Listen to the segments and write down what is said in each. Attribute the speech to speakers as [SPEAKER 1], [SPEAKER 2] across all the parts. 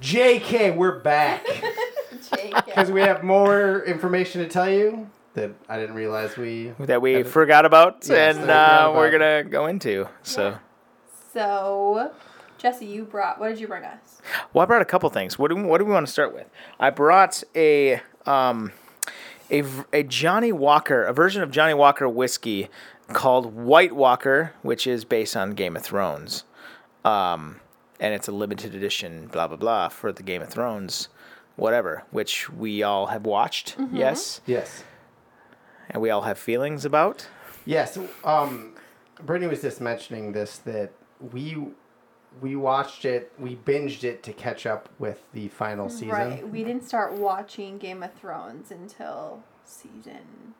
[SPEAKER 1] JK, we're back because
[SPEAKER 2] JK.
[SPEAKER 1] we have more information to tell you that I didn't realize we.
[SPEAKER 3] that we
[SPEAKER 1] Have it-
[SPEAKER 3] forgot about
[SPEAKER 1] Yes, that we
[SPEAKER 3] and
[SPEAKER 1] forgot
[SPEAKER 3] uh, we're
[SPEAKER 1] about.
[SPEAKER 3] gonna go into. So,
[SPEAKER 2] So, Jesse, you brought. What did you bring us?
[SPEAKER 3] well, I brought a couple things. What do what do we want to start with? I brought a um a, v- a Johnny Walker, a version of Johnny Walker whiskey called White Walker, which is based on Game of Thrones. Um, and it's a limited edition, blah blah blah, for the Game of Thrones, whatever, which we all have watched,
[SPEAKER 1] Mm-hmm.
[SPEAKER 3] yes,
[SPEAKER 1] Yes.
[SPEAKER 3] and we all have feelings about.
[SPEAKER 1] Yes. Um, Brittany was just mentioning this that we we watched it, we binged it to catch up with the final season.
[SPEAKER 2] Right. We didn't start watching Game of Thrones until season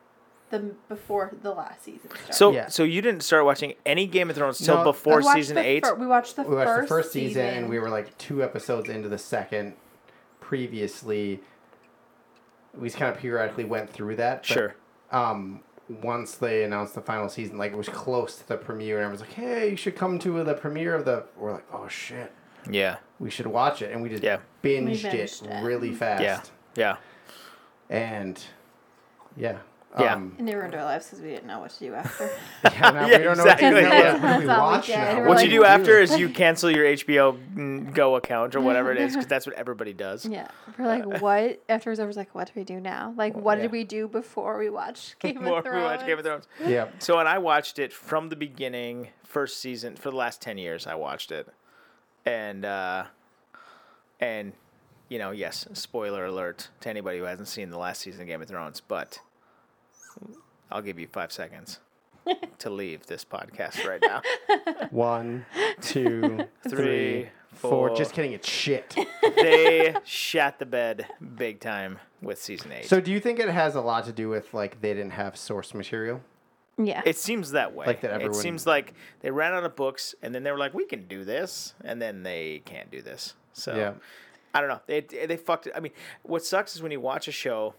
[SPEAKER 2] the before the last season started.
[SPEAKER 3] So,
[SPEAKER 1] Yeah.
[SPEAKER 3] so you didn't start watching any Game of Thrones till
[SPEAKER 1] No.
[SPEAKER 3] before
[SPEAKER 2] We watched
[SPEAKER 3] season
[SPEAKER 2] the
[SPEAKER 3] eight.
[SPEAKER 2] fir- we watched the
[SPEAKER 1] We watched the
[SPEAKER 2] first
[SPEAKER 1] first season, and we were like two episodes into the second. Previously, we kind of periodically went through that. but,
[SPEAKER 3] Sure.
[SPEAKER 1] Um, once they announced the final season, like it was close to the premiere, and I was like, "Hey, you should come to the premiere of the." We're like, "Oh shit,
[SPEAKER 3] Yeah,
[SPEAKER 1] we should watch it," and we just
[SPEAKER 3] Yeah.
[SPEAKER 1] binged,
[SPEAKER 2] binged
[SPEAKER 1] it,
[SPEAKER 2] it.
[SPEAKER 1] really fast.
[SPEAKER 3] yeah, yeah.
[SPEAKER 1] And yeah.
[SPEAKER 3] Yeah.
[SPEAKER 1] Um,
[SPEAKER 2] and they ruined our lives because we didn't know what to do after.
[SPEAKER 1] yeah, now
[SPEAKER 3] Yeah,
[SPEAKER 1] we don't
[SPEAKER 3] exactly.
[SPEAKER 1] know what to do.
[SPEAKER 3] That's-
[SPEAKER 1] What do
[SPEAKER 2] that's
[SPEAKER 1] we
[SPEAKER 2] all we
[SPEAKER 1] watch
[SPEAKER 2] did.
[SPEAKER 1] now?
[SPEAKER 2] We're
[SPEAKER 1] What
[SPEAKER 3] What
[SPEAKER 2] like-
[SPEAKER 3] you do after is you cancel your HBO Go account or whatever it is, because that's what everybody does.
[SPEAKER 2] yeah, we're like, what? After it was over, it was like, what do we do now? Like, what
[SPEAKER 1] yeah.
[SPEAKER 2] did we do before we watched Game
[SPEAKER 3] More
[SPEAKER 2] of
[SPEAKER 3] we
[SPEAKER 2] Thrones?
[SPEAKER 3] watch Game of Thrones.
[SPEAKER 1] Yeah.
[SPEAKER 3] So, and I watched it from the beginning, first season for the last ten years. I watched it, and uh, and you know, yes, spoiler alert to anybody who hasn't seen the last season of Game of Thrones, but I'll give you five seconds to leave this podcast right now.
[SPEAKER 1] One, two,
[SPEAKER 3] Three,
[SPEAKER 1] three,
[SPEAKER 3] four.
[SPEAKER 1] four. Just kidding. It's shit.
[SPEAKER 3] they shat the bed big time with season eight.
[SPEAKER 1] So, do you think it has a lot to do with like they didn't have source material?
[SPEAKER 2] Yeah.
[SPEAKER 3] it seems that way.
[SPEAKER 1] Like that
[SPEAKER 3] it
[SPEAKER 1] everyone-
[SPEAKER 3] seems like they ran out of books, and then they were like, "We can do this," and then they can't do this. So
[SPEAKER 1] Yeah.
[SPEAKER 3] I don't know. They they fucked it. I mean, what sucks is when you watch a show.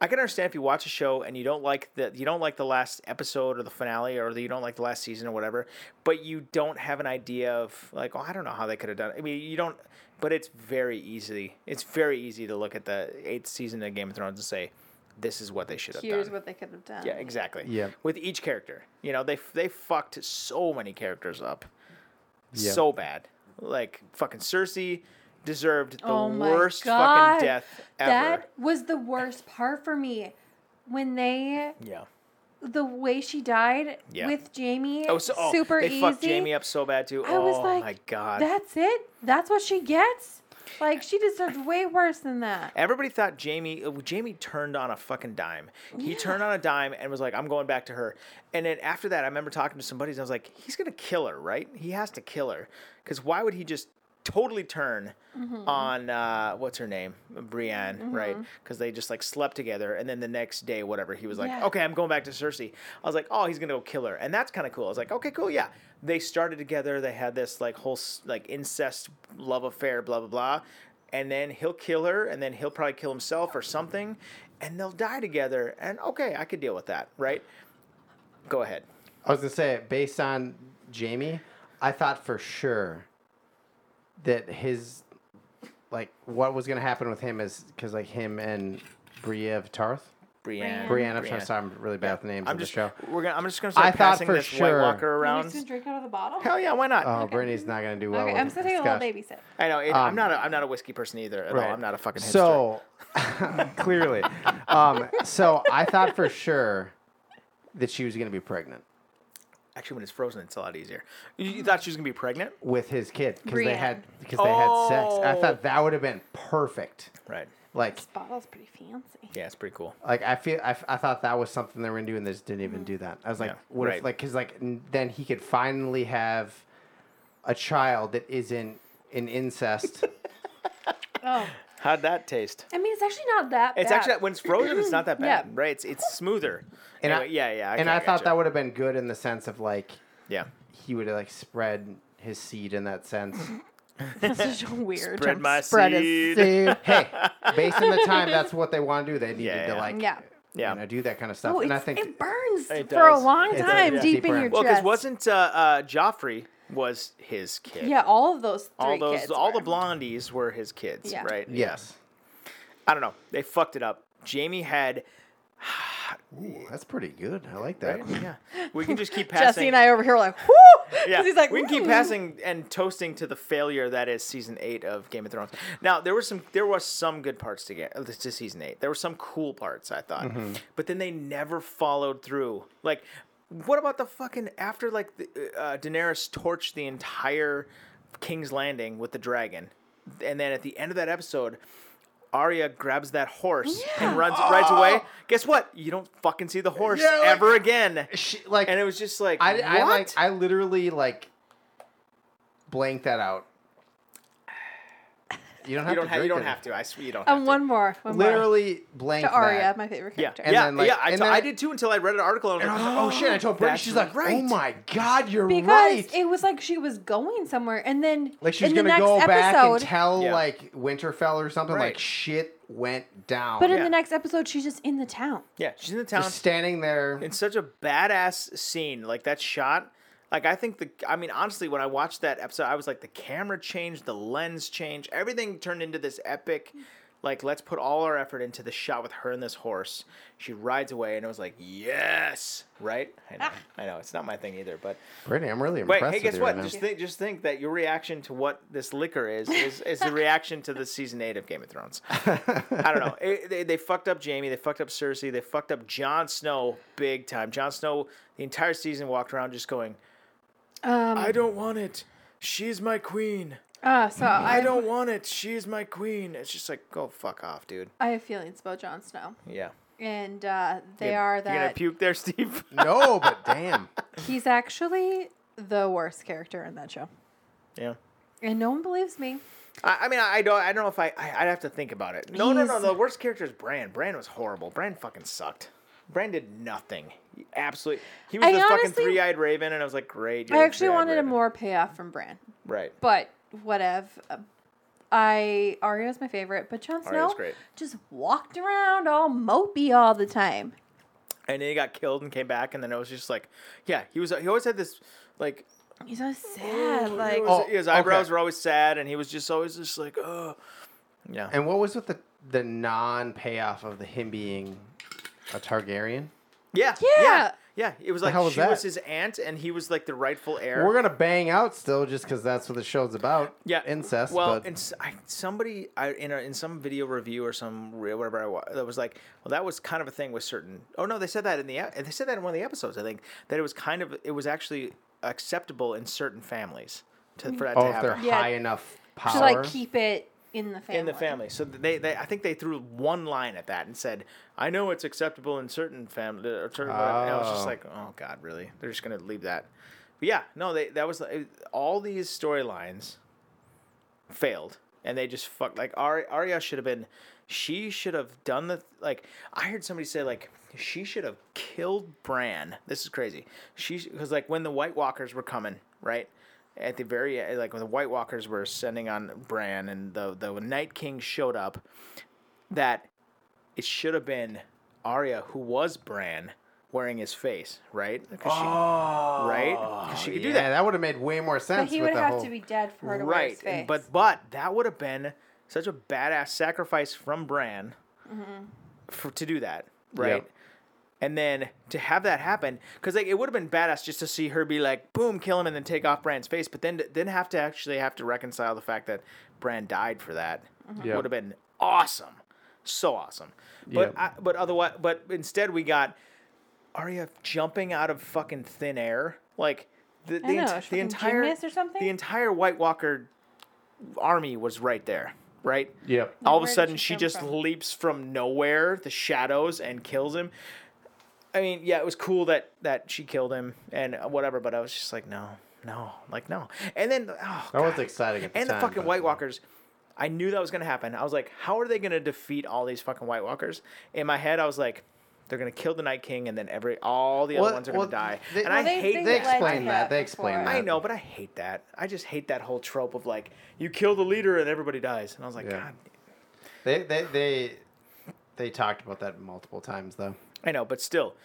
[SPEAKER 3] I can understand if you watch a show and you don't like the you don't like the last episode or the finale or the, you don't like the last season or whatever, but you don't have an idea of like, oh, I don't know how they could have done. It. I mean, you don't. But it's very easy. It's very easy to look at the eighth season of Game of Thrones and say, this is what they should have done.
[SPEAKER 2] Here's what they could have done.
[SPEAKER 3] Yeah, exactly.
[SPEAKER 1] Yeah.
[SPEAKER 3] With each character, you know, they they fucked so many characters up,
[SPEAKER 1] Yeah.
[SPEAKER 3] so bad. Like fucking Cersei deserved the
[SPEAKER 2] Oh my
[SPEAKER 3] worst
[SPEAKER 2] God.
[SPEAKER 3] fucking death ever.
[SPEAKER 2] That was the worst part for me. When they,
[SPEAKER 3] Yeah.
[SPEAKER 2] the way she died
[SPEAKER 3] Yeah.
[SPEAKER 2] with Jamie,
[SPEAKER 3] Oh, so oh,
[SPEAKER 2] super
[SPEAKER 3] they
[SPEAKER 2] easy.
[SPEAKER 3] fucked Jamie up so bad too.
[SPEAKER 2] I
[SPEAKER 3] oh
[SPEAKER 2] was like,
[SPEAKER 3] my god.
[SPEAKER 2] That's it. That's what she gets. Like she deserved way worse than that.
[SPEAKER 3] Everybody thought Jamie uh, Jamie turned on a fucking dime. He
[SPEAKER 2] Yeah.
[SPEAKER 3] turned on a dime and was like, "I'm going back to her." And then after that, I remember talking to somebody and I was like, "He's gonna kill her, right? He has to kill her because why would he just totally turn
[SPEAKER 2] Mm-hmm.
[SPEAKER 3] on uh, what's her name, Brienne, right? Because they just like slept together and then the next day, whatever, he was like,
[SPEAKER 2] Yeah.
[SPEAKER 3] "Okay, I'm going back to Cersei." I was like, "Oh, he's gonna go kill her," and that's kind of cool. I was like, "Okay, cool, yeah." They started together. They had this like whole s- like incest love affair, blah blah blah and then he'll kill her, and then he'll probably kill himself or something, and they'll die together. And okay, I could deal with that, right? Go ahead.
[SPEAKER 1] I was gonna say, based on Jamie, I thought for sure that his like what was gonna happen with him is because like him and Bria of Tarth,
[SPEAKER 3] Mm-hmm. Brienne.
[SPEAKER 1] Brienne. I'm sorry, I'm really bad with names
[SPEAKER 3] I'm
[SPEAKER 1] of
[SPEAKER 3] just.
[SPEAKER 1] the show.
[SPEAKER 3] We're gonna. I'm just gonna start
[SPEAKER 1] I thought
[SPEAKER 3] passing
[SPEAKER 1] for
[SPEAKER 3] this
[SPEAKER 1] sure-
[SPEAKER 3] White Walker
[SPEAKER 2] You're just
[SPEAKER 3] around.
[SPEAKER 2] gonna drink out of the bottle.
[SPEAKER 3] Hell yeah, why not?
[SPEAKER 1] Oh, Brittany's not gonna do well.
[SPEAKER 2] okay,
[SPEAKER 1] with
[SPEAKER 2] I'm just taking a little
[SPEAKER 1] Scotch.
[SPEAKER 2] baby sip.
[SPEAKER 3] I know. It, I'm
[SPEAKER 1] um,
[SPEAKER 3] not. A, I'm not a whiskey person either. At all. Oh, I'm not a fucking. Hipster.
[SPEAKER 1] So clearly, um, so I thought for sure that she was gonna be pregnant
[SPEAKER 3] actually, when it's frozen, it's a lot easier. You, you thought she was gonna be pregnant,
[SPEAKER 1] with his kid because they
[SPEAKER 2] Brienne.
[SPEAKER 1] had because they had sex. I
[SPEAKER 3] Oh.
[SPEAKER 1] thought that would have been perfect.
[SPEAKER 3] right?
[SPEAKER 1] Like
[SPEAKER 2] This bottle's pretty fancy.
[SPEAKER 3] Yeah, it's pretty cool.
[SPEAKER 1] Like I feel, I, f- I thought that was something they were gonna do, and they just didn't even do that. I was like,
[SPEAKER 3] Mm-hmm. Yeah,
[SPEAKER 1] what
[SPEAKER 3] right.
[SPEAKER 1] if, like, because like n- then he could finally have a child that isn't an incest.
[SPEAKER 2] Oh,
[SPEAKER 3] How'd that taste?
[SPEAKER 2] I mean, it's actually not that.
[SPEAKER 3] It's
[SPEAKER 2] bad.
[SPEAKER 3] actually when it's frozen, it's not that bad,
[SPEAKER 2] Yeah.
[SPEAKER 3] right? It's it's smoother.
[SPEAKER 1] And I-
[SPEAKER 3] Anyway, yeah, yeah.
[SPEAKER 1] and
[SPEAKER 3] okay,
[SPEAKER 1] I thought
[SPEAKER 3] gotcha.
[SPEAKER 1] that would have been good in the sense of like
[SPEAKER 3] Yeah.
[SPEAKER 1] he would have like spread his seed in that sense.
[SPEAKER 2] That's such a weird.
[SPEAKER 3] Spread
[SPEAKER 2] term.
[SPEAKER 3] my
[SPEAKER 2] Spread a
[SPEAKER 3] seed.
[SPEAKER 1] See, hey, based on the time, that's what they want to do. They needed
[SPEAKER 3] Yeah,
[SPEAKER 1] to
[SPEAKER 3] yeah.
[SPEAKER 1] like,
[SPEAKER 2] Yeah.
[SPEAKER 3] Yeah.
[SPEAKER 1] you know, do that kind of stuff.
[SPEAKER 2] Oh,
[SPEAKER 1] and I
[SPEAKER 2] it's,
[SPEAKER 1] think
[SPEAKER 2] it burns
[SPEAKER 3] It
[SPEAKER 2] for a
[SPEAKER 3] does.
[SPEAKER 2] long
[SPEAKER 1] It does,
[SPEAKER 2] time
[SPEAKER 1] yeah.
[SPEAKER 2] deep
[SPEAKER 1] Deeper
[SPEAKER 2] in
[SPEAKER 1] in.
[SPEAKER 2] your
[SPEAKER 3] Well, because
[SPEAKER 2] chest.
[SPEAKER 3] wasn't uh, uh, Joffrey was his kid.
[SPEAKER 2] Yeah, all of those three
[SPEAKER 3] all those,
[SPEAKER 2] kids
[SPEAKER 3] all
[SPEAKER 2] were.
[SPEAKER 3] the blondies were his kids,
[SPEAKER 2] Yeah.
[SPEAKER 3] right?
[SPEAKER 1] Yes.
[SPEAKER 3] I don't know. They fucked it up. Jamie had,
[SPEAKER 1] Ooh, that's pretty good. I like that.
[SPEAKER 3] yeah. We can just keep passing.
[SPEAKER 2] Jesse and I over here were like, whoo!
[SPEAKER 3] yeah,
[SPEAKER 2] he's like,
[SPEAKER 3] we can keep
[SPEAKER 2] "Ooh."
[SPEAKER 3] passing and toasting to the failure that is season eight of Game of Thrones. Now there were some, there was some good parts to get uh, to season eight. There were some cool parts I thought, but then they never followed through. Like, what about the fucking after like the, uh, Daenerys torched the entire King's Landing with the dragon, and then at the end of that episode. Arya grabs that horse
[SPEAKER 2] Yeah.
[SPEAKER 3] and runs rides away. Guess what? You don't fucking see the horse
[SPEAKER 1] Yeah, like-
[SPEAKER 3] ever again.
[SPEAKER 1] She, like
[SPEAKER 3] And it was just like
[SPEAKER 1] I, I
[SPEAKER 3] what?
[SPEAKER 1] like I literally like blanked that out. You don't have
[SPEAKER 3] you don't
[SPEAKER 1] to.
[SPEAKER 3] have you
[SPEAKER 1] drink
[SPEAKER 3] don't
[SPEAKER 1] it.
[SPEAKER 3] have to. I swear you don't. have
[SPEAKER 2] And
[SPEAKER 3] to.
[SPEAKER 2] one more. One more.
[SPEAKER 1] Literally blanked
[SPEAKER 2] To Arya,
[SPEAKER 1] that.
[SPEAKER 2] my favorite
[SPEAKER 3] Yeah,
[SPEAKER 2] character.
[SPEAKER 1] And
[SPEAKER 3] yeah,
[SPEAKER 1] then, like-
[SPEAKER 3] yeah. I
[SPEAKER 1] and
[SPEAKER 3] t-
[SPEAKER 1] then-
[SPEAKER 3] I did too until I read an article and I
[SPEAKER 1] And I
[SPEAKER 3] was
[SPEAKER 1] was
[SPEAKER 3] like,
[SPEAKER 1] like, oh shit! I told Brittany.
[SPEAKER 3] that's
[SPEAKER 1] She's like, oh
[SPEAKER 3] right.
[SPEAKER 1] my god, you're
[SPEAKER 2] Because
[SPEAKER 1] right.
[SPEAKER 2] it was like she was going somewhere, and then
[SPEAKER 1] like she's
[SPEAKER 2] in the
[SPEAKER 1] gonna
[SPEAKER 2] next
[SPEAKER 1] go
[SPEAKER 2] episode,
[SPEAKER 1] back and tell
[SPEAKER 3] Yeah.
[SPEAKER 1] like Winterfell or something.
[SPEAKER 3] Right.
[SPEAKER 1] Like shit went down.
[SPEAKER 2] but in
[SPEAKER 3] Yeah.
[SPEAKER 2] the next episode, she's just in the town.
[SPEAKER 3] Yeah, she's in the town.
[SPEAKER 1] just standing there.
[SPEAKER 3] It's such a badass scene. Like that shot. Like I think the. I mean, honestly, when I watched that episode, I was like, the camera changed, the lens changed, everything turned into this epic. Like, let's put all our effort into the shot with her and this horse. She rides away, and I was like, yes, right? I know, I know, it's not my thing either, but
[SPEAKER 1] Brittany, I'm really
[SPEAKER 3] Wait,
[SPEAKER 1] impressed.
[SPEAKER 3] hey,
[SPEAKER 1] with
[SPEAKER 3] guess
[SPEAKER 1] you
[SPEAKER 3] what?
[SPEAKER 1] right now.
[SPEAKER 3] just think, just think that your reaction to what this liquor is is, is the reaction to the season eight of Game of Thrones. I don't know. It- they, they fucked up Jamie. They fucked up Cersei. They fucked up Jon Snow big time. Jon Snow the entire season walked around just going,
[SPEAKER 2] Um,
[SPEAKER 3] "I don't want it. She's my queen.
[SPEAKER 1] Ah,
[SPEAKER 2] uh, so I,
[SPEAKER 3] I don't want it. She's my queen." It's just like, go fuck off, dude.
[SPEAKER 2] I have feelings about Jon Snow,
[SPEAKER 3] Yeah.
[SPEAKER 2] and uh, they
[SPEAKER 3] You're-
[SPEAKER 2] are
[SPEAKER 3] You're gonna
[SPEAKER 2] that
[SPEAKER 3] puke there, Steve.
[SPEAKER 1] no, but damn.
[SPEAKER 2] he's actually the worst character in that show,
[SPEAKER 3] yeah.
[SPEAKER 2] and no one believes me.
[SPEAKER 3] I, I mean, I don't. I don't know if I, I. I'd have to think about it. No, no, no.
[SPEAKER 2] He's-
[SPEAKER 3] The worst character is Bran. Bran was horrible. Bran fucking sucked. Bran did nothing. Absolutely. He was
[SPEAKER 2] I
[SPEAKER 3] the fucking
[SPEAKER 2] honestly-
[SPEAKER 3] three-eyed raven, and I was like, great.
[SPEAKER 2] I
[SPEAKER 3] you're a
[SPEAKER 2] actually
[SPEAKER 3] three-eyed
[SPEAKER 2] wanted
[SPEAKER 3] raven.
[SPEAKER 2] a more payoff from Bran,
[SPEAKER 3] Right.
[SPEAKER 2] but whatever. I Arya's my favorite, but Jon
[SPEAKER 3] Arya's
[SPEAKER 2] Snow
[SPEAKER 3] great.
[SPEAKER 2] just walked around all mopey all the time.
[SPEAKER 3] And then he got killed and came back, and then it was just like, yeah, he was. He always had this like.
[SPEAKER 2] He's so sad. Like
[SPEAKER 1] Oh,
[SPEAKER 3] his
[SPEAKER 1] okay.
[SPEAKER 3] eyebrows were always sad, and he was just always just like, oh. Yeah.
[SPEAKER 1] And what was with the the non payoff of the him being a Targaryen?
[SPEAKER 3] yeah.
[SPEAKER 2] Yeah.
[SPEAKER 3] Yeah. Yeah. It was like
[SPEAKER 1] hell was
[SPEAKER 3] she
[SPEAKER 1] that?
[SPEAKER 3] was his aunt, and he was like the rightful heir.
[SPEAKER 1] We're gonna bang out still, just because that's what the show's about.
[SPEAKER 3] yeah
[SPEAKER 1] incest.
[SPEAKER 3] well
[SPEAKER 1] but
[SPEAKER 3] and s- I, somebody I, in, a, in some video review or some re- whatever I wa- that was like well that was kind of a thing with certain oh no they said that in the ep- they said that in one of the episodes i think that it was kind of it was actually acceptable in certain families to, for that
[SPEAKER 1] oh,
[SPEAKER 3] to
[SPEAKER 1] if they're
[SPEAKER 3] happen
[SPEAKER 2] Yeah.
[SPEAKER 1] high enough power.
[SPEAKER 2] to like keep it in the family.
[SPEAKER 3] in the family so they, they i think they threw one line at that and said i know it's acceptable in certain family or certain whatever. and i was just
[SPEAKER 1] Oh.
[SPEAKER 3] like oh god really they're just gonna leave that but yeah no they that was it- all these storylines failed and they just fucked like Ar- Arya should have been she should have done the like I heard somebody say like she should have killed Bran. This is crazy. She cuz like when the White Walkers were coming, right? At the very e- like when the White Walkers were sending on Bran and the the Night King showed up that it should have been Arya who was Bran wearing his face, right? 'Cause she- right? 'Cause she could Oh, do that.
[SPEAKER 1] Oh, Yeah, that would have made way more sense.
[SPEAKER 2] But he
[SPEAKER 1] with
[SPEAKER 2] would
[SPEAKER 1] the
[SPEAKER 2] have
[SPEAKER 1] whole...
[SPEAKER 2] to be dead for her to wear his
[SPEAKER 3] Right.
[SPEAKER 2] face.
[SPEAKER 3] and- but but that would have been such a badass sacrifice from Bran
[SPEAKER 2] Mm-hmm.
[SPEAKER 3] for to do that, right? And then to have that happen, because like it would have been badass just to see her be like, boom, kill him, and then take off Bran's face. But then then have to actually have to reconcile the fact that Bran died for that
[SPEAKER 2] Mm-hmm.
[SPEAKER 1] Yeah.
[SPEAKER 3] would have been awesome, so awesome. But
[SPEAKER 1] Yeah.
[SPEAKER 3] I, but otherwise, but instead we got Arya jumping out of fucking thin air, like the the,
[SPEAKER 2] know,
[SPEAKER 3] ent-
[SPEAKER 2] she's
[SPEAKER 3] the
[SPEAKER 2] fucking
[SPEAKER 3] entire
[SPEAKER 2] genius or something?
[SPEAKER 3] the entire White Walker army was right there, right?
[SPEAKER 1] Yep.
[SPEAKER 3] All of a
[SPEAKER 2] where did
[SPEAKER 3] sudden,
[SPEAKER 2] she
[SPEAKER 3] she
[SPEAKER 2] come
[SPEAKER 3] just
[SPEAKER 2] from?
[SPEAKER 3] leaps from nowhere, the shadows, and kills him. I mean, yeah, it was cool that that she killed him and whatever, but I was just like, no, no, like no. And then, oh,
[SPEAKER 1] That was
[SPEAKER 3] God.
[SPEAKER 1] exciting at the
[SPEAKER 3] And the
[SPEAKER 1] time,
[SPEAKER 3] fucking
[SPEAKER 1] but-
[SPEAKER 3] White Walkers. I knew that was gonna happen. I was like, how are they gonna defeat all these fucking White Walkers? In my head, I was like, they're gonna kill the Night King, and then every all the other
[SPEAKER 1] Well,
[SPEAKER 3] ones are gonna
[SPEAKER 1] well,
[SPEAKER 3] die.
[SPEAKER 1] they-
[SPEAKER 3] and
[SPEAKER 1] Well,
[SPEAKER 3] I
[SPEAKER 2] they-
[SPEAKER 3] hate
[SPEAKER 2] they
[SPEAKER 1] They
[SPEAKER 3] that.
[SPEAKER 2] like
[SPEAKER 1] explain
[SPEAKER 2] that
[SPEAKER 1] that. They explain
[SPEAKER 2] before.
[SPEAKER 1] that.
[SPEAKER 3] I know, but I hate that. I just hate that whole trope of like, you kill the leader and everybody dies. And I was like,
[SPEAKER 1] Yeah.
[SPEAKER 3] God.
[SPEAKER 1] They they they they talked about that multiple times though.
[SPEAKER 3] I know, but still,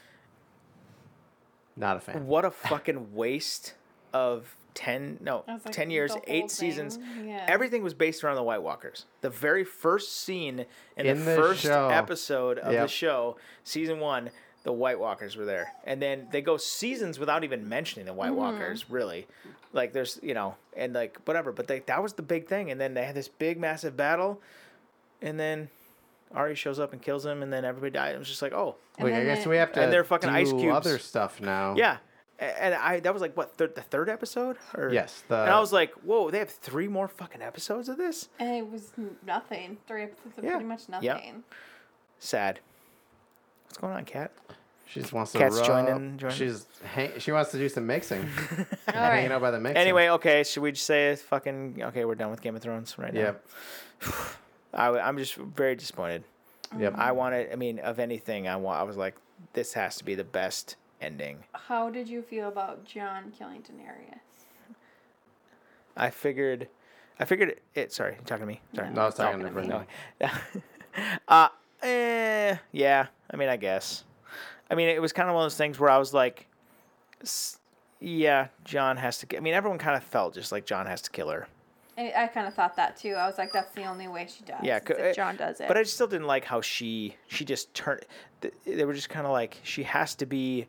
[SPEAKER 1] Not a fan.
[SPEAKER 3] what a fucking waste of ten no
[SPEAKER 2] That's, like,
[SPEAKER 3] ten years,
[SPEAKER 2] the whole
[SPEAKER 3] eight seasons.
[SPEAKER 2] thing. Yeah.
[SPEAKER 3] Everything was based around the White Walkers. The very first scene in,
[SPEAKER 1] In
[SPEAKER 3] the,
[SPEAKER 1] the
[SPEAKER 3] first
[SPEAKER 1] show.
[SPEAKER 3] episode of the
[SPEAKER 1] Yep.
[SPEAKER 3] show, season one, the White Walkers were there, and then they go seasons without even mentioning the White
[SPEAKER 2] Mm-hmm.
[SPEAKER 3] Walkers. Really, like there's you know, and like whatever. But they, that was the big thing, and then they had this big massive battle, and then Ari shows up and kills him, and then everybody died. It was just like, oh,
[SPEAKER 2] And
[SPEAKER 1] Wait, I
[SPEAKER 2] then
[SPEAKER 1] guess
[SPEAKER 2] it-
[SPEAKER 1] we have to
[SPEAKER 3] And they're fucking
[SPEAKER 1] do
[SPEAKER 3] ice cubes.
[SPEAKER 1] other stuff now.
[SPEAKER 3] Yeah, A- and I that was like what third, the third episode or
[SPEAKER 1] Yes, the-
[SPEAKER 3] and I was like, whoa, they have three more fucking episodes of this.
[SPEAKER 2] And it was n- nothing. Three episodes of
[SPEAKER 3] Yeah.
[SPEAKER 2] pretty much
[SPEAKER 3] Yeah.
[SPEAKER 2] nothing.
[SPEAKER 3] Sad. What's going on, Cat?
[SPEAKER 1] She just wants to
[SPEAKER 3] Cat's
[SPEAKER 1] rub.
[SPEAKER 3] joining- joining.
[SPEAKER 1] She's hang- she wants to do some mixing.
[SPEAKER 2] All
[SPEAKER 1] Hanging out
[SPEAKER 2] right.
[SPEAKER 1] by the mixer.
[SPEAKER 3] Anyway, okay, should we just say it's fucking okay? We're done with Game of Thrones right now.
[SPEAKER 1] Yep.
[SPEAKER 3] I, am just very disappointed.
[SPEAKER 1] Yep.
[SPEAKER 3] I wanted, I mean, of anything, I want. I was like, this has to be the best ending.
[SPEAKER 2] How did you feel about John killing Daenerys?
[SPEAKER 3] I figured, I figured it. Sorry, you talking to me. Sorry.
[SPEAKER 1] no, I was talking to
[SPEAKER 2] Talking to me.
[SPEAKER 1] Brendan.
[SPEAKER 3] uh, eh, yeah. I mean, I guess. I mean, it was kind of one of those things where I was like, s- yeah, John has to. ki- I mean, everyone kind of felt just like John has to kill her.
[SPEAKER 2] I, I kind of thought that too. I was like, that's the only way she dies.
[SPEAKER 3] Yeah,
[SPEAKER 2] is
[SPEAKER 3] co-
[SPEAKER 2] if John does it.
[SPEAKER 3] But I still didn't like how she she just turned. th- They were just kind of like she has to be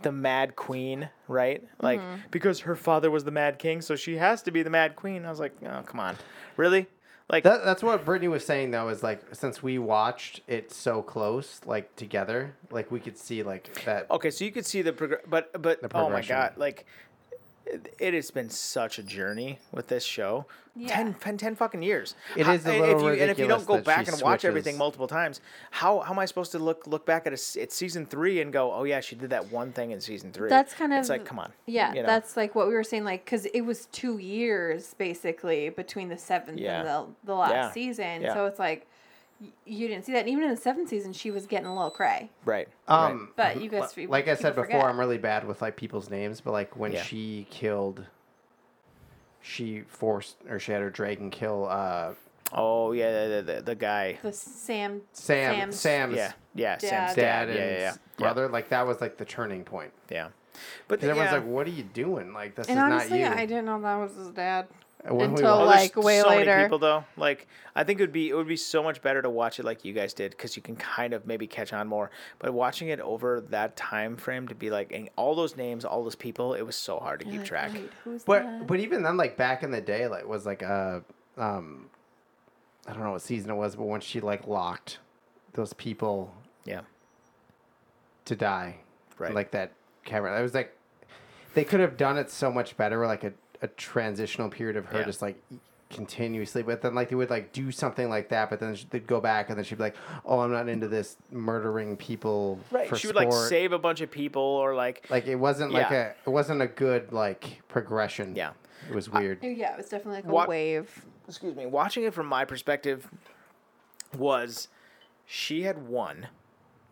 [SPEAKER 3] the Mad Queen, right? Like because her father was the Mad King, so she has to be the Mad Queen. I was like, oh come on, really? Like
[SPEAKER 1] That, that's what Brittany was saying though. Is like since we watched it so close, like together, like we could see like that.
[SPEAKER 3] Okay, so you could see the progress, but but
[SPEAKER 1] The
[SPEAKER 3] oh my
[SPEAKER 1] progression.
[SPEAKER 3] god, like it, it has been such a journey with this show.
[SPEAKER 2] Yeah.
[SPEAKER 3] Ten, 10, 10 fucking years.
[SPEAKER 1] It
[SPEAKER 3] How-
[SPEAKER 1] is a
[SPEAKER 3] and
[SPEAKER 1] little
[SPEAKER 3] if you, And if you
[SPEAKER 1] ridiculous
[SPEAKER 3] don't go
[SPEAKER 1] that
[SPEAKER 3] back and
[SPEAKER 1] she
[SPEAKER 3] watch
[SPEAKER 1] switches.
[SPEAKER 3] everything multiple times, how how am I supposed to look look back at a s at season three and go, oh yeah, she did that one thing in season three?
[SPEAKER 2] That's kind
[SPEAKER 3] it's
[SPEAKER 2] of-
[SPEAKER 3] like come on,
[SPEAKER 2] yeah,
[SPEAKER 3] you know?
[SPEAKER 2] that's like what we were saying, like, because it was two years basically between the seventh
[SPEAKER 3] Yeah.
[SPEAKER 2] and the, the last
[SPEAKER 3] Yeah.
[SPEAKER 2] season.
[SPEAKER 3] Yeah.
[SPEAKER 2] So it's like, y- you didn't see that. And even in the seventh season, she was getting a little cray.
[SPEAKER 3] right. right.
[SPEAKER 1] Um,
[SPEAKER 2] But you guys,
[SPEAKER 1] li- like I said
[SPEAKER 2] people
[SPEAKER 1] before,
[SPEAKER 2] forget.
[SPEAKER 1] I'm really bad with like people's names, but like when
[SPEAKER 3] Yeah.
[SPEAKER 1] she killed, she forced or she had her dragon kill uh,
[SPEAKER 3] oh yeah, the, the, the guy,
[SPEAKER 2] the Sam,
[SPEAKER 1] Sam.
[SPEAKER 2] Sam's-
[SPEAKER 1] Sam's
[SPEAKER 3] yeah, yeah, Sam's
[SPEAKER 1] dad
[SPEAKER 2] Dad.
[SPEAKER 3] dad,
[SPEAKER 1] and
[SPEAKER 3] yeah, yeah, yeah,
[SPEAKER 1] brother. Like that was like the turning point.
[SPEAKER 3] yeah. yeah. But
[SPEAKER 1] Because everyone's
[SPEAKER 3] yeah.
[SPEAKER 1] like, "What are you doing? Like this
[SPEAKER 2] And
[SPEAKER 1] is
[SPEAKER 2] honestly,
[SPEAKER 1] not you."
[SPEAKER 2] I didn't know that was his dad.
[SPEAKER 1] When we watched-
[SPEAKER 2] until,
[SPEAKER 3] Oh,
[SPEAKER 2] like,
[SPEAKER 3] there's
[SPEAKER 2] way
[SPEAKER 3] so Many
[SPEAKER 2] later.
[SPEAKER 3] people though, like I think it would be it would be so much better to watch it like you guys did because you can kind of maybe catch on more. But watching it over that time frame to be like and all those names, all those people, it was so hard to keep
[SPEAKER 2] Like,
[SPEAKER 3] track.
[SPEAKER 2] wait, who's
[SPEAKER 1] But
[SPEAKER 2] that?
[SPEAKER 1] but even then, like back in the day, like was like uh um, I don't know what season it was, but once she like locked those people
[SPEAKER 3] Yeah,
[SPEAKER 1] to die,
[SPEAKER 3] Right.
[SPEAKER 1] Like that camera, that was like they could have done it so much better, like a a transitional period of her
[SPEAKER 3] Yeah.
[SPEAKER 1] just like e, continuously but then like they would like do something like that but then they'd go back and then she'd be like oh i'm not into this murdering people
[SPEAKER 3] right.
[SPEAKER 1] for
[SPEAKER 3] she would like
[SPEAKER 1] sport."
[SPEAKER 3] save a bunch of people or like
[SPEAKER 1] like it wasn't like
[SPEAKER 3] Yeah.
[SPEAKER 1] a it wasn't a good like progression
[SPEAKER 3] Yeah.
[SPEAKER 1] it was weird
[SPEAKER 2] Oh, yeah, it was definitely like a
[SPEAKER 3] What-
[SPEAKER 2] wave.
[SPEAKER 3] excuse me. Watching it from my perspective was she had won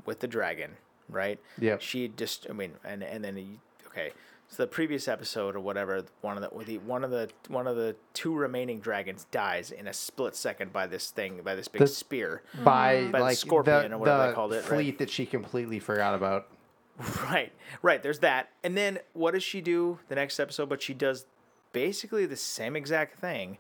[SPEAKER 3] with the dragon, right?
[SPEAKER 1] Yep.
[SPEAKER 3] She just, I mean, and and then he- okay, so the previous episode or whatever, one of the, with the one of the one of the two remaining dragons dies in a split second by this thing by this big
[SPEAKER 1] This-
[SPEAKER 3] spear,
[SPEAKER 1] by
[SPEAKER 2] Mm.
[SPEAKER 3] By the
[SPEAKER 1] like
[SPEAKER 3] scorpion
[SPEAKER 1] the,
[SPEAKER 3] or whatever they
[SPEAKER 1] the
[SPEAKER 3] called it, right?
[SPEAKER 1] fleet that she completely forgot about.
[SPEAKER 3] right? Right. There's that, and then what does she do the next episode? But she does basically the same exact thing,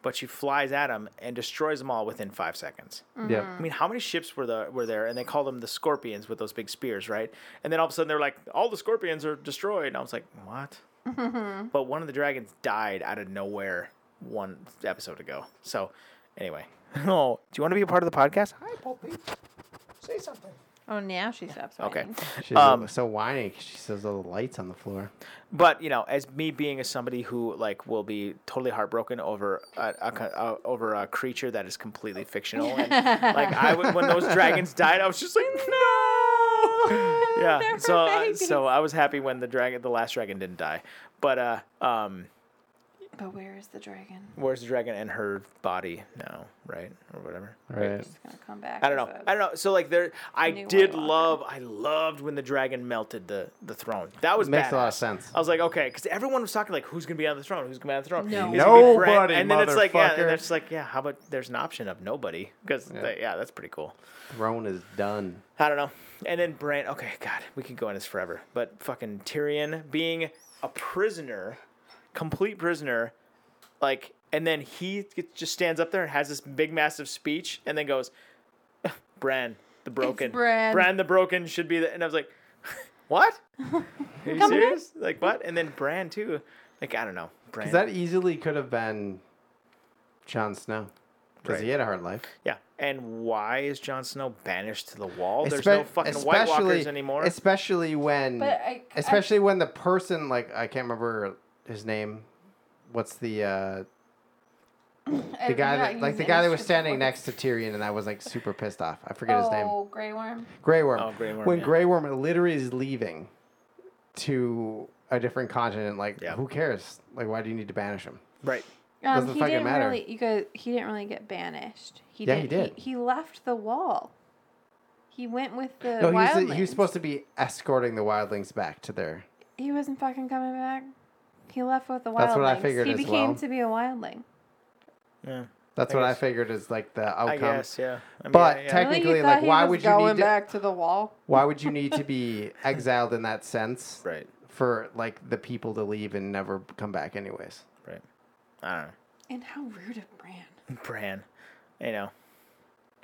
[SPEAKER 3] but she flies at him and destroys them all within five seconds. I
[SPEAKER 2] Mm-hmm.
[SPEAKER 1] Yeah,
[SPEAKER 3] mean, how many ships were the were there? And they call them the scorpions with those big spears, right? And then all of a sudden they're like, all the scorpions are destroyed. And I was like, what? but one of the dragons died out of nowhere one episode ago. So, anyway, oh, do you want to be a part of the podcast? Hi, Poppy. Say something.
[SPEAKER 2] Oh, now she stops.
[SPEAKER 3] Okay,
[SPEAKER 2] Writing.
[SPEAKER 1] she's
[SPEAKER 3] Um,
[SPEAKER 1] so whiny. 'cause She says all the lights on the floor.
[SPEAKER 3] but you know, as me being as somebody who like will be totally heartbroken over a, a, co- uh over a creature that is completely fictional, and like I would, when those dragons died, I was just like, no. yeah.
[SPEAKER 2] They're
[SPEAKER 3] So uh,
[SPEAKER 2] babies.
[SPEAKER 3] so I was happy when the dragon, the last dragon, didn't die. But uh, um,
[SPEAKER 2] But where is the dragon?
[SPEAKER 3] where's the dragon and her body now, right, or whatever?
[SPEAKER 1] Right.
[SPEAKER 2] It's gonna come back.
[SPEAKER 3] I don't
[SPEAKER 2] as
[SPEAKER 3] know.
[SPEAKER 2] a-
[SPEAKER 3] I don't know. So like there, I
[SPEAKER 2] New White
[SPEAKER 3] did
[SPEAKER 2] Walker.
[SPEAKER 3] love. I loved when the dragon melted the the throne. That was
[SPEAKER 1] Makes a lot of
[SPEAKER 3] badass. Uh,
[SPEAKER 1] sense.
[SPEAKER 3] I was like, okay, because everyone was talking like, who's gonna be on the throne? Who's gonna be on the throne?
[SPEAKER 2] No.
[SPEAKER 3] Is it gonna be Bran?
[SPEAKER 1] Nobody,
[SPEAKER 3] And then it's like, yeah,
[SPEAKER 1] motherfucker.
[SPEAKER 3] and it's like, yeah. How about there's an option of nobody? Because yeah. that's pretty cool.
[SPEAKER 1] Throne is done.
[SPEAKER 3] I don't know. And then Bran. Okay, God, we could go on this forever. But fucking Tyrion being a prisoner. complete prisoner, like, and then he gets, just stands up there and has this big, massive speech, and then goes, "Bran, the broken,
[SPEAKER 2] Bran."
[SPEAKER 3] the broken should be the." And I was like, "What? Are you
[SPEAKER 2] Coming in.
[SPEAKER 3] serious? Like what?" And then Bran too, like I don't know, Bran.
[SPEAKER 1] Because that easily could have been Jon Snow. Because
[SPEAKER 3] Right.
[SPEAKER 1] he had a hard life.
[SPEAKER 3] yeah. And why is Jon Snow banished to the wall? There's
[SPEAKER 1] Espe-
[SPEAKER 3] no fucking White Walkers anymore.
[SPEAKER 1] Especially when,
[SPEAKER 2] But I- I-
[SPEAKER 1] especially when the person like I can't remember his name. What's the uh, the guy that like the guy that was standing next to Tyrion and I was like super pissed off. I forget his name.
[SPEAKER 2] Oh, Grey Worm.
[SPEAKER 1] Grey Worm.
[SPEAKER 3] Oh, Grey Worm,
[SPEAKER 1] When
[SPEAKER 3] yeah.
[SPEAKER 1] Grey Worm literally is leaving to a different continent, like
[SPEAKER 3] Yeah.
[SPEAKER 1] who cares? Like why do you need to banish him?
[SPEAKER 3] right.
[SPEAKER 2] Um,
[SPEAKER 1] Doesn't
[SPEAKER 2] he
[SPEAKER 1] fucking
[SPEAKER 2] didn't
[SPEAKER 1] matter.
[SPEAKER 2] really. You guys, he didn't really get banished. He
[SPEAKER 1] Yeah, he
[SPEAKER 2] didn't,
[SPEAKER 1] did.
[SPEAKER 2] He, left the wall. He went with the
[SPEAKER 1] No, he was,
[SPEAKER 2] wildlings.
[SPEAKER 1] he was supposed to be escorting the wildlings back to their.
[SPEAKER 2] He wasn't fucking coming back. He left with the wildlings.
[SPEAKER 1] That's what I figured
[SPEAKER 2] He
[SPEAKER 1] as
[SPEAKER 2] became
[SPEAKER 1] well.
[SPEAKER 2] to be a wildling.
[SPEAKER 3] Yeah.
[SPEAKER 1] That's
[SPEAKER 3] I
[SPEAKER 1] what
[SPEAKER 3] guess.
[SPEAKER 1] I figured is like the outcome.
[SPEAKER 3] I guess. Yeah. I mean,
[SPEAKER 1] Oh, But
[SPEAKER 3] yeah,
[SPEAKER 1] tech-
[SPEAKER 3] yeah.
[SPEAKER 1] Really? You Technically, like, thought he why was would you need going
[SPEAKER 2] going
[SPEAKER 1] to-
[SPEAKER 2] back
[SPEAKER 1] back
[SPEAKER 2] to the wall?
[SPEAKER 1] Why would you need to be exiled in that sense
[SPEAKER 3] right.
[SPEAKER 1] for like the people to leave and never come back anyways?
[SPEAKER 3] Right. I don't know.
[SPEAKER 2] And how rude of Bran
[SPEAKER 3] Bran. You know.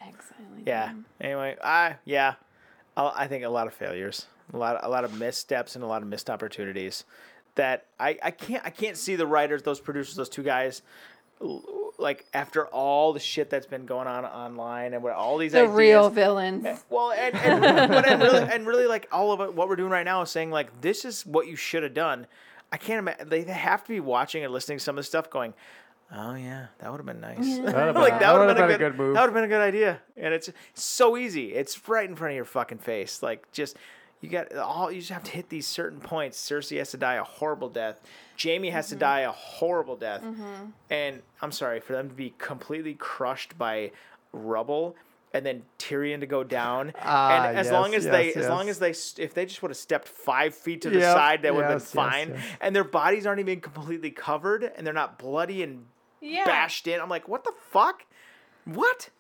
[SPEAKER 2] exiling.
[SPEAKER 3] Yeah.
[SPEAKER 2] him.
[SPEAKER 3] Anyway, I yeah, I, I think a lot of failures, a lot, a lot of missteps, and a lot of missed opportunities. That I, I can't I can't see the writers, those producers, those two guys, l- like after all the shit that's been going on online and what all these
[SPEAKER 2] The
[SPEAKER 3] ideas,
[SPEAKER 2] real villains.
[SPEAKER 3] well, and and, but and really, and really, like all of it, what we're doing right now is saying like this is what you should have done. I can't imagine they they have to be watching and listening to some of the stuff going. Oh yeah, that would have been nice.
[SPEAKER 1] would've
[SPEAKER 3] like
[SPEAKER 1] been-
[SPEAKER 3] that
[SPEAKER 1] that
[SPEAKER 3] would have
[SPEAKER 1] would've
[SPEAKER 3] been,
[SPEAKER 1] been a good move.
[SPEAKER 3] That would have been a good idea, and it's so easy. It's right in front of your fucking face. Like just you got all you just have to hit these certain points. Cersei has to die a horrible death. Jamie has to die a horrible death. And I'm sorry for them to be completely crushed by rubble, and then Tyrion to go down.
[SPEAKER 1] Ah,
[SPEAKER 3] and as
[SPEAKER 1] yes,
[SPEAKER 3] long as
[SPEAKER 1] yes,
[SPEAKER 3] they, as long
[SPEAKER 1] yes.
[SPEAKER 3] as they, st- if they just would have stepped five feet to the
[SPEAKER 1] Yep,
[SPEAKER 3] side, that would have been
[SPEAKER 1] yes, yes,
[SPEAKER 3] fine.
[SPEAKER 1] yes.
[SPEAKER 3] And their bodies aren't even completely covered, and they're not bloody and
[SPEAKER 2] yeah.
[SPEAKER 3] bashed in. I'm like, what the fuck? What? That's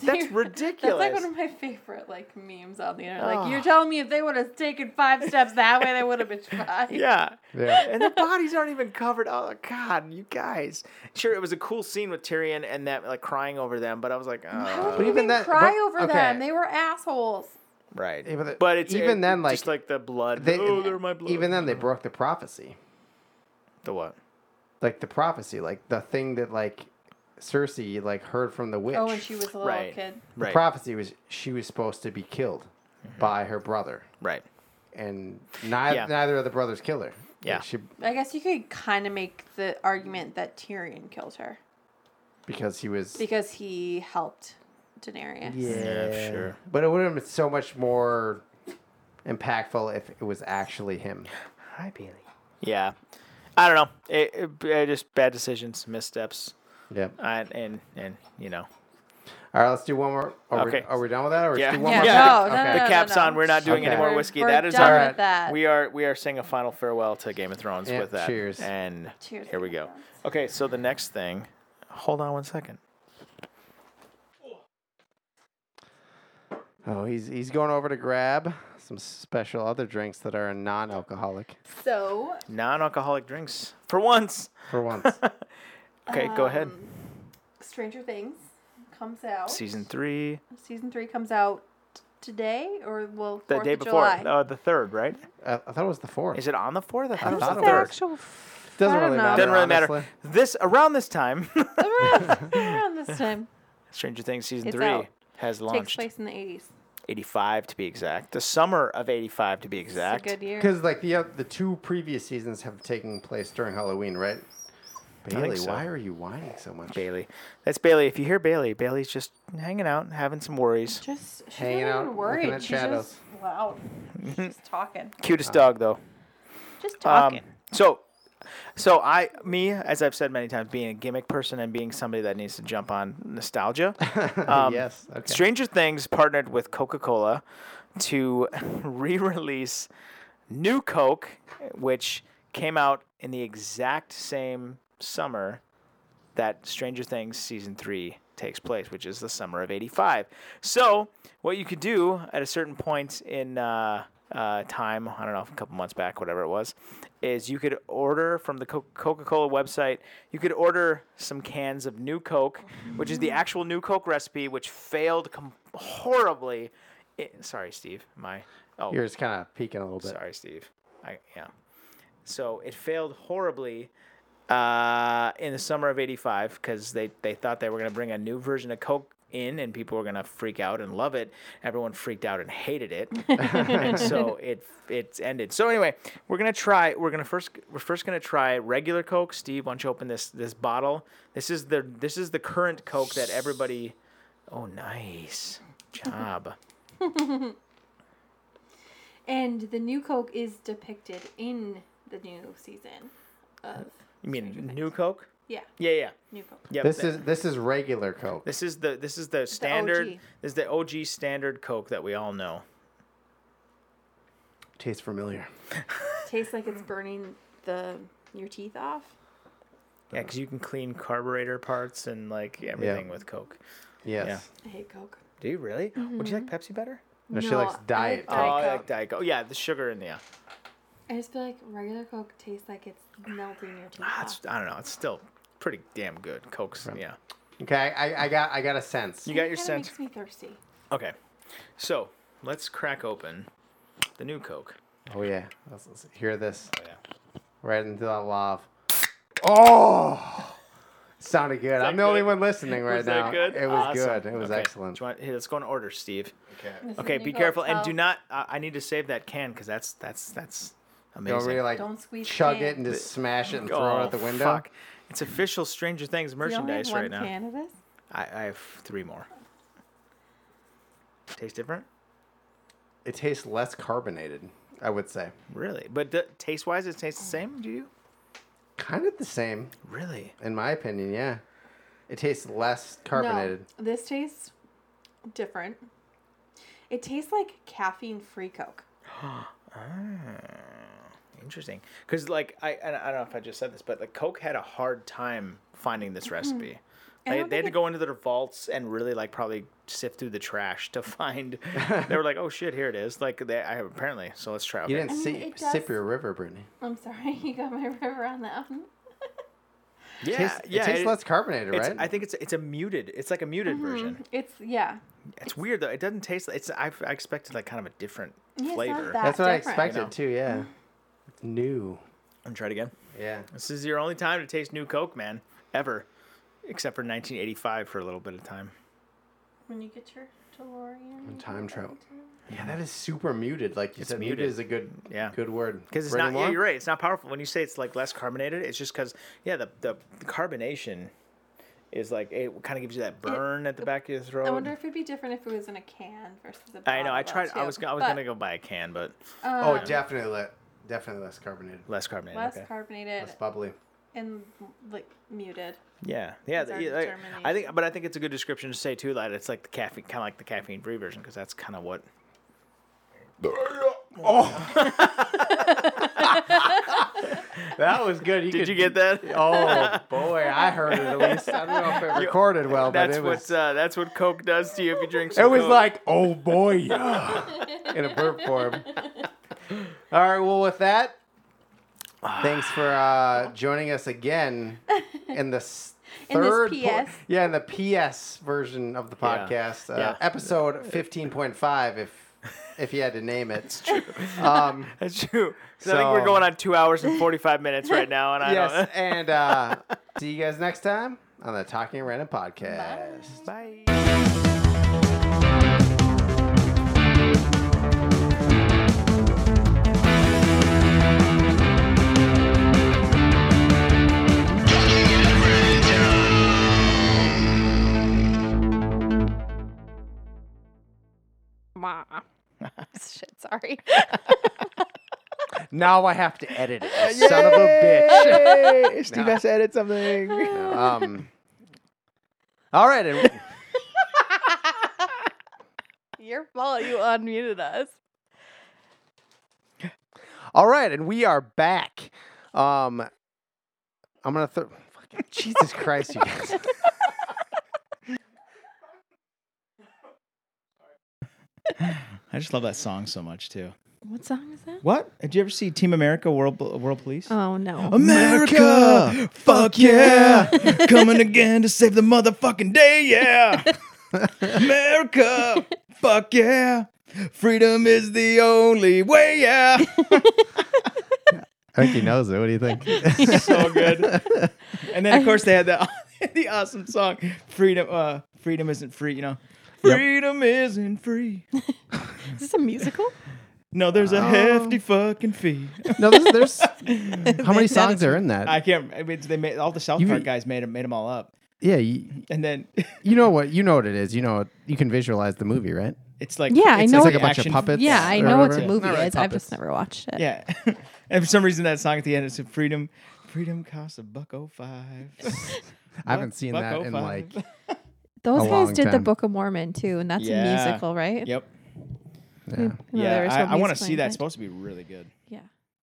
[SPEAKER 2] That's like
[SPEAKER 3] ridiculous.
[SPEAKER 2] one of my favorite like memes on the internet. Like
[SPEAKER 3] Ah.
[SPEAKER 2] you're telling me if they would have taken five steps that way, they would have been fine.
[SPEAKER 3] Yeah.
[SPEAKER 1] Yeah.
[SPEAKER 3] and the bodies aren't even covered. Oh God, you guys! Sure, it was a cool scene with Tyrion and that like crying over them, but I was like,
[SPEAKER 2] Why would
[SPEAKER 3] uh,
[SPEAKER 1] But
[SPEAKER 2] you
[SPEAKER 1] even
[SPEAKER 2] even
[SPEAKER 1] that-
[SPEAKER 2] cry
[SPEAKER 1] but-
[SPEAKER 2] over
[SPEAKER 1] okay.
[SPEAKER 2] them? They were assholes.
[SPEAKER 3] right.
[SPEAKER 1] Yeah, but-
[SPEAKER 3] But it's
[SPEAKER 1] even
[SPEAKER 3] it-
[SPEAKER 1] then,
[SPEAKER 3] just
[SPEAKER 1] like,
[SPEAKER 3] like the blood.
[SPEAKER 1] They,
[SPEAKER 3] oh, they're my blood.
[SPEAKER 1] Even then, they broke the prophecy.
[SPEAKER 3] the what?
[SPEAKER 1] Like the prophecy, like the thing that like Cersei like heard from the witch.
[SPEAKER 2] Oh, when she was a little
[SPEAKER 3] Right.
[SPEAKER 2] kid.
[SPEAKER 1] the
[SPEAKER 3] Right.
[SPEAKER 1] prophecy was she was supposed to be killed by her brother,
[SPEAKER 3] right.
[SPEAKER 1] and neither
[SPEAKER 3] Yeah.
[SPEAKER 1] neither of the brothers killed her.
[SPEAKER 3] Yeah.
[SPEAKER 1] Like, she
[SPEAKER 2] I guess you could kind of make the argument that Tyrion killed her
[SPEAKER 1] because he was.
[SPEAKER 2] because he helped Daenerys.
[SPEAKER 3] Yeah, sure.
[SPEAKER 1] But it would have been so much more impactful if it was actually him.
[SPEAKER 3] Hi, Bailey. Yeah. I don't know. It, it, uh, just bad decisions, missteps,
[SPEAKER 1] Yeah.
[SPEAKER 3] I, and and you know.
[SPEAKER 1] All right, let's do one more. Are,
[SPEAKER 3] Okay.
[SPEAKER 1] we, are we done with that? Or
[SPEAKER 3] Yeah.
[SPEAKER 1] let's do one
[SPEAKER 2] Yeah.
[SPEAKER 1] more?
[SPEAKER 2] No,
[SPEAKER 1] Okay.
[SPEAKER 2] no, no,
[SPEAKER 3] The
[SPEAKER 2] no.
[SPEAKER 3] caps on. We're not doing
[SPEAKER 1] Okay.
[SPEAKER 3] any more
[SPEAKER 2] We're-
[SPEAKER 3] whiskey.
[SPEAKER 2] we're
[SPEAKER 3] that is
[SPEAKER 2] done
[SPEAKER 3] our.
[SPEAKER 1] with
[SPEAKER 2] Alright. that.
[SPEAKER 3] We are we are saying a final farewell to Game of Thrones
[SPEAKER 1] Yeah,
[SPEAKER 3] with that.
[SPEAKER 1] cheers.
[SPEAKER 3] And
[SPEAKER 2] Cheers,
[SPEAKER 3] here we
[SPEAKER 2] Game of
[SPEAKER 3] go. Okay, so the next thing. Hold on one second.
[SPEAKER 1] Oh, he's he's going over to grab some special other drinks that are non-alcoholic
[SPEAKER 2] So
[SPEAKER 3] Non-alcoholic drinks for once.
[SPEAKER 1] for once.
[SPEAKER 3] Okay, go ahead.
[SPEAKER 2] um, Stranger Things comes out.
[SPEAKER 3] Season three,
[SPEAKER 2] Season three comes out today, or well,
[SPEAKER 3] the
[SPEAKER 2] 4th
[SPEAKER 3] day
[SPEAKER 2] of
[SPEAKER 3] before,
[SPEAKER 2] July.
[SPEAKER 3] uh, the third, right?
[SPEAKER 1] I, I thought it was the fourth.
[SPEAKER 3] Is it on the fourth? I thought it
[SPEAKER 1] thought
[SPEAKER 3] was the
[SPEAKER 1] it
[SPEAKER 3] third.
[SPEAKER 1] was. Doesn't
[SPEAKER 2] I don't
[SPEAKER 1] really
[SPEAKER 2] know.
[SPEAKER 1] matter.
[SPEAKER 3] Doesn't really matter.
[SPEAKER 1] honestly.
[SPEAKER 3] This around this time,
[SPEAKER 2] around, around this time
[SPEAKER 3] Stranger Things season
[SPEAKER 2] It's
[SPEAKER 3] three
[SPEAKER 2] out.
[SPEAKER 3] has
[SPEAKER 2] takes
[SPEAKER 3] launched.
[SPEAKER 2] place in the eighties.
[SPEAKER 3] 85 to be exact. The summer of 85 to be
[SPEAKER 2] It's a
[SPEAKER 3] exact.
[SPEAKER 2] good year.
[SPEAKER 1] Because like the oth- the two previous seasons have taken place during Halloween, right?
[SPEAKER 3] think
[SPEAKER 1] Bailey,
[SPEAKER 3] so.
[SPEAKER 1] why are you whining so much?
[SPEAKER 3] Bailey. That's Bailey. If you hear Bailey, Bailey's just hanging out, having some worries.
[SPEAKER 2] Just she's
[SPEAKER 1] Hanging
[SPEAKER 2] not
[SPEAKER 1] out,
[SPEAKER 2] even
[SPEAKER 1] looking
[SPEAKER 2] worried.
[SPEAKER 1] at
[SPEAKER 2] She's
[SPEAKER 1] shadows.
[SPEAKER 2] just loud. She's just talking.
[SPEAKER 3] Cutest dog though.
[SPEAKER 2] Just
[SPEAKER 3] Um,
[SPEAKER 2] talking.
[SPEAKER 3] so, so I, me, as I've said many times, being a gimmick person and being somebody that needs to jump on nostalgia. um,
[SPEAKER 1] yes. Okay.
[SPEAKER 3] Stranger Things partnered with Coca Cola to re-release New Coke, which came out in the exact same summer that Stranger Things season three takes place, which is the summer of '85. So, what you could do at a certain point in uh, uh, time, I don't know, a couple months back, whatever it was, is you could order from the Co- Coca Cola website, you could order some cans of New Coke, which is the actual New Coke recipe, which failed com- horribly. I- sorry, Steve. My. Oh,
[SPEAKER 1] Yours kind of peeking a little bit.
[SPEAKER 3] Sorry, Steve. I yeah. So it failed horribly uh, in the summer of '85 because they they thought they were going to bring a new version of Coke in and people were going to freak out and love it. Everyone freaked out and hated it, and so it it ended. So anyway, we're gonna try. We're gonna first we're first gonna try regular Coke. Steve, why don't you open this this bottle? This is the this is the current Coke that everybody. Oh, nice job.
[SPEAKER 2] And the new Coke is depicted in the new season of
[SPEAKER 3] You mean new Coke?
[SPEAKER 2] yeah,
[SPEAKER 3] Yeah, yeah.
[SPEAKER 2] new Coke.
[SPEAKER 3] Yep,
[SPEAKER 1] This
[SPEAKER 3] that-
[SPEAKER 1] is this is regular Coke.
[SPEAKER 3] This is the this is the standard.
[SPEAKER 2] OG.
[SPEAKER 3] this is the OG standard Coke that we all know.
[SPEAKER 1] Tastes familiar.
[SPEAKER 2] Tastes like it's burning the your teeth off.
[SPEAKER 3] Yeah, because you can clean carburetor parts and like everything with Coke.
[SPEAKER 1] Yes.
[SPEAKER 2] I hate Coke.
[SPEAKER 3] Do you really? Would you like Pepsi better?
[SPEAKER 1] No, she
[SPEAKER 2] No,
[SPEAKER 1] likes
[SPEAKER 2] I-
[SPEAKER 1] diet
[SPEAKER 3] Oh,
[SPEAKER 2] I-
[SPEAKER 1] Coke.
[SPEAKER 3] I
[SPEAKER 2] Mm-hmm. Coke.
[SPEAKER 3] like Diet Coke. Yeah, the sugar in there.
[SPEAKER 2] I just feel like regular Coke tastes like it's melting your teeth
[SPEAKER 3] Ah,
[SPEAKER 2] off.
[SPEAKER 3] it's, I don't know. It's still pretty damn good. Coke's yeah.
[SPEAKER 1] Okay, I, I got I got a sense.
[SPEAKER 3] You got your
[SPEAKER 2] Kinda
[SPEAKER 3] sense.
[SPEAKER 2] Makes me thirsty.
[SPEAKER 3] Okay, so let's crack open the new Coke.
[SPEAKER 1] Oh yeah, let's, let's hear this
[SPEAKER 3] Oh, yeah.
[SPEAKER 1] right into that love. Oh, sounded good. I'm the only
[SPEAKER 3] good?
[SPEAKER 1] one listening right
[SPEAKER 3] was
[SPEAKER 1] now.
[SPEAKER 3] that good?
[SPEAKER 1] It was
[SPEAKER 3] Awesome.
[SPEAKER 1] good. It was
[SPEAKER 3] Okay.
[SPEAKER 1] excellent.
[SPEAKER 3] Do you want- hey, let's go in order, Steve.
[SPEAKER 1] Okay.
[SPEAKER 2] This is
[SPEAKER 3] Okay,
[SPEAKER 2] new
[SPEAKER 3] be
[SPEAKER 2] Coke, Oh.
[SPEAKER 3] careful and
[SPEAKER 2] pal.
[SPEAKER 3] do not. I I need to save that can because that's that's that's amazing. Oh,
[SPEAKER 1] Don't really like
[SPEAKER 2] Don't squeeze the
[SPEAKER 1] chug
[SPEAKER 2] can.
[SPEAKER 1] it and just smash it and throw it out the window.
[SPEAKER 3] Fuck. It's official Stranger Things
[SPEAKER 2] You only have
[SPEAKER 3] merchandise
[SPEAKER 2] one
[SPEAKER 3] right now.
[SPEAKER 2] can of this?
[SPEAKER 3] I, I have three more. Tastes different,
[SPEAKER 1] It tastes less carbonated, I would say.
[SPEAKER 3] really, but d- taste wise, it tastes the same. Do you
[SPEAKER 1] Kind of the same,
[SPEAKER 3] really?
[SPEAKER 1] in my opinion. Yeah, it tastes less carbonated.
[SPEAKER 2] No, this tastes different. It tastes like caffeine-free Coke.
[SPEAKER 3] Ah, Interesting, because like I, I I don't know if I just said this, but like Coke had a hard time finding this recipe.
[SPEAKER 2] Mm-hmm. I
[SPEAKER 3] They,
[SPEAKER 2] don't
[SPEAKER 3] they
[SPEAKER 2] think
[SPEAKER 3] had to
[SPEAKER 2] it-
[SPEAKER 3] go into their vaults and really like probably sift through the trash to find. they were like, oh shit, here it is. Like they, I have apparently. So let's try.
[SPEAKER 1] You
[SPEAKER 3] okay.
[SPEAKER 1] didn't
[SPEAKER 2] I mean,
[SPEAKER 1] sip-
[SPEAKER 2] it does-
[SPEAKER 1] sip your river, Brittany.
[SPEAKER 2] I'm sorry, you got my river on that one.
[SPEAKER 3] yeah,
[SPEAKER 1] Tastes-
[SPEAKER 3] yeah.
[SPEAKER 1] it tastes
[SPEAKER 3] it-
[SPEAKER 1] less carbonated,
[SPEAKER 3] it's-
[SPEAKER 1] right?
[SPEAKER 3] I think it's it's a muted. It's like a muted version.
[SPEAKER 2] Uh-huh. It's yeah.
[SPEAKER 3] It's weird though. It doesn't taste. It's I, I expected like kind of a different
[SPEAKER 2] Yeah, it's not
[SPEAKER 3] flavor.
[SPEAKER 2] that-
[SPEAKER 1] That's what I
[SPEAKER 2] different. Mm-hmm.
[SPEAKER 1] expected
[SPEAKER 3] You know?
[SPEAKER 1] too. Yeah, it's new.
[SPEAKER 3] And try it again.
[SPEAKER 1] Yeah.
[SPEAKER 3] This is your only time to taste new Coke, man, ever, except for 1985 for a little bit of time.
[SPEAKER 2] When you get your DeLorean.
[SPEAKER 1] And time travel. Yeah, that is super muted. Like you said, muted.
[SPEAKER 3] muted.
[SPEAKER 1] is a good
[SPEAKER 3] Yeah.
[SPEAKER 1] good word.
[SPEAKER 3] Because it's
[SPEAKER 1] Bring
[SPEAKER 3] not. Yeah,
[SPEAKER 1] more?
[SPEAKER 3] you're right. It's not powerful. When you say it's like less carbonated, it's just because yeah, the, the the carbonation is like it kind of gives you that burn at the back of your throat.
[SPEAKER 2] I wonder if it'd be different if it was in a can versus a bottle.
[SPEAKER 3] I know. I tried. I
[SPEAKER 2] too,
[SPEAKER 3] was. I was
[SPEAKER 2] but um,
[SPEAKER 3] gonna go buy a can, but
[SPEAKER 1] Oh, definitely, le- definitely less carbonated,
[SPEAKER 3] less carbonated.
[SPEAKER 2] Less
[SPEAKER 3] okay.
[SPEAKER 2] carbonated
[SPEAKER 1] less bubbly.
[SPEAKER 2] and like muted.
[SPEAKER 3] Yeah, yeah,
[SPEAKER 2] These
[SPEAKER 3] th-
[SPEAKER 2] are
[SPEAKER 3] yeah, like, I think,
[SPEAKER 2] determinations.
[SPEAKER 3] but I think it's a good description to say too that it's like the caffeine, kind of like the caffeine free version, because that's kind of what. Oh.
[SPEAKER 1] That was good.
[SPEAKER 3] Did you get that?
[SPEAKER 1] Oh boy, I heard it at least. I don't know if it recorded well, but
[SPEAKER 3] That's
[SPEAKER 1] it
[SPEAKER 3] what
[SPEAKER 1] was.
[SPEAKER 3] uh, that's what Coke does to you if you drink.
[SPEAKER 1] It
[SPEAKER 3] Some
[SPEAKER 1] was
[SPEAKER 3] Coke.
[SPEAKER 1] like, oh boy, yeah, in a burp form. All right. Well, with that, thanks for uh, joining us again in the s-
[SPEAKER 2] In this
[SPEAKER 1] third. por-
[SPEAKER 2] PS.
[SPEAKER 1] yeah, in the PS version of the
[SPEAKER 3] Yeah.
[SPEAKER 1] podcast, Uh,
[SPEAKER 3] Yeah.
[SPEAKER 1] episode fifteen point five. If if you had to name it, it's
[SPEAKER 3] true.
[SPEAKER 1] Um,
[SPEAKER 3] That's true. 'Cause I think we're
[SPEAKER 1] So-
[SPEAKER 3] going on two hours and forty five minutes right now, and I
[SPEAKER 1] yes, and uh, see you guys next time on the Talking Random podcast.
[SPEAKER 3] don't. Bye.
[SPEAKER 4] Ma. Shit, sorry.
[SPEAKER 1] Now I have to edit it. you Son of a bitch.
[SPEAKER 3] Steve
[SPEAKER 1] has
[SPEAKER 3] to edit something.
[SPEAKER 1] Um. All right. And
[SPEAKER 4] Your fault. You unmuted us.
[SPEAKER 1] All right, and we are back. Um, I'm gonna throw. Jesus Christ, you guys.
[SPEAKER 3] I just love that song so much too.
[SPEAKER 2] What song is that?
[SPEAKER 3] What? Did you ever see Team America World Pol- World Police?
[SPEAKER 2] Oh no.
[SPEAKER 3] America, fuck yeah, coming again to save the motherfucking day, yeah. America, fuck yeah, freedom is the only way, yeah.
[SPEAKER 1] I think he knows it. What do you think?
[SPEAKER 3] so good. And then of course they had that the awesome song, freedom. Uh, freedom isn't free, you know. Freedom isn't free.
[SPEAKER 2] Is this a musical?
[SPEAKER 3] No, there's
[SPEAKER 2] Oh.
[SPEAKER 3] a hefty fucking fee.
[SPEAKER 1] no, there's, there's how many songs are in that?
[SPEAKER 3] I can't. I mean, they made all the South
[SPEAKER 1] You-
[SPEAKER 3] Park guys made them made them all up,
[SPEAKER 1] yeah, you,
[SPEAKER 3] and then
[SPEAKER 1] you know what you know what it is. You know you can visualize the movie, right?
[SPEAKER 3] it's like
[SPEAKER 2] Yeah, I know
[SPEAKER 1] It's like
[SPEAKER 2] Or
[SPEAKER 1] a bunch
[SPEAKER 3] action-
[SPEAKER 1] of puppets.
[SPEAKER 2] yeah, I
[SPEAKER 1] or
[SPEAKER 2] know it's a
[SPEAKER 1] whatever.
[SPEAKER 2] movie.
[SPEAKER 1] Not really
[SPEAKER 2] It's- I've just
[SPEAKER 1] puppets.
[SPEAKER 2] never watched it.
[SPEAKER 3] Yeah, and for some reason that song at the end it said freedom. Freedom costs a buck oh five.
[SPEAKER 1] I haven't seen
[SPEAKER 3] Buck
[SPEAKER 1] that in
[SPEAKER 3] 05.
[SPEAKER 1] like
[SPEAKER 2] Those
[SPEAKER 1] A
[SPEAKER 2] guys
[SPEAKER 1] long
[SPEAKER 2] did the
[SPEAKER 1] time.
[SPEAKER 2] Book of Mormon too, and that's
[SPEAKER 3] Yeah.
[SPEAKER 2] a musical, right?
[SPEAKER 3] Yep.
[SPEAKER 1] yeah.
[SPEAKER 2] No,
[SPEAKER 3] Yeah,
[SPEAKER 2] there is no
[SPEAKER 3] I, I want to
[SPEAKER 2] musical
[SPEAKER 3] see
[SPEAKER 2] in
[SPEAKER 3] that.
[SPEAKER 2] it.
[SPEAKER 3] It's supposed to be really good.
[SPEAKER 2] yeah.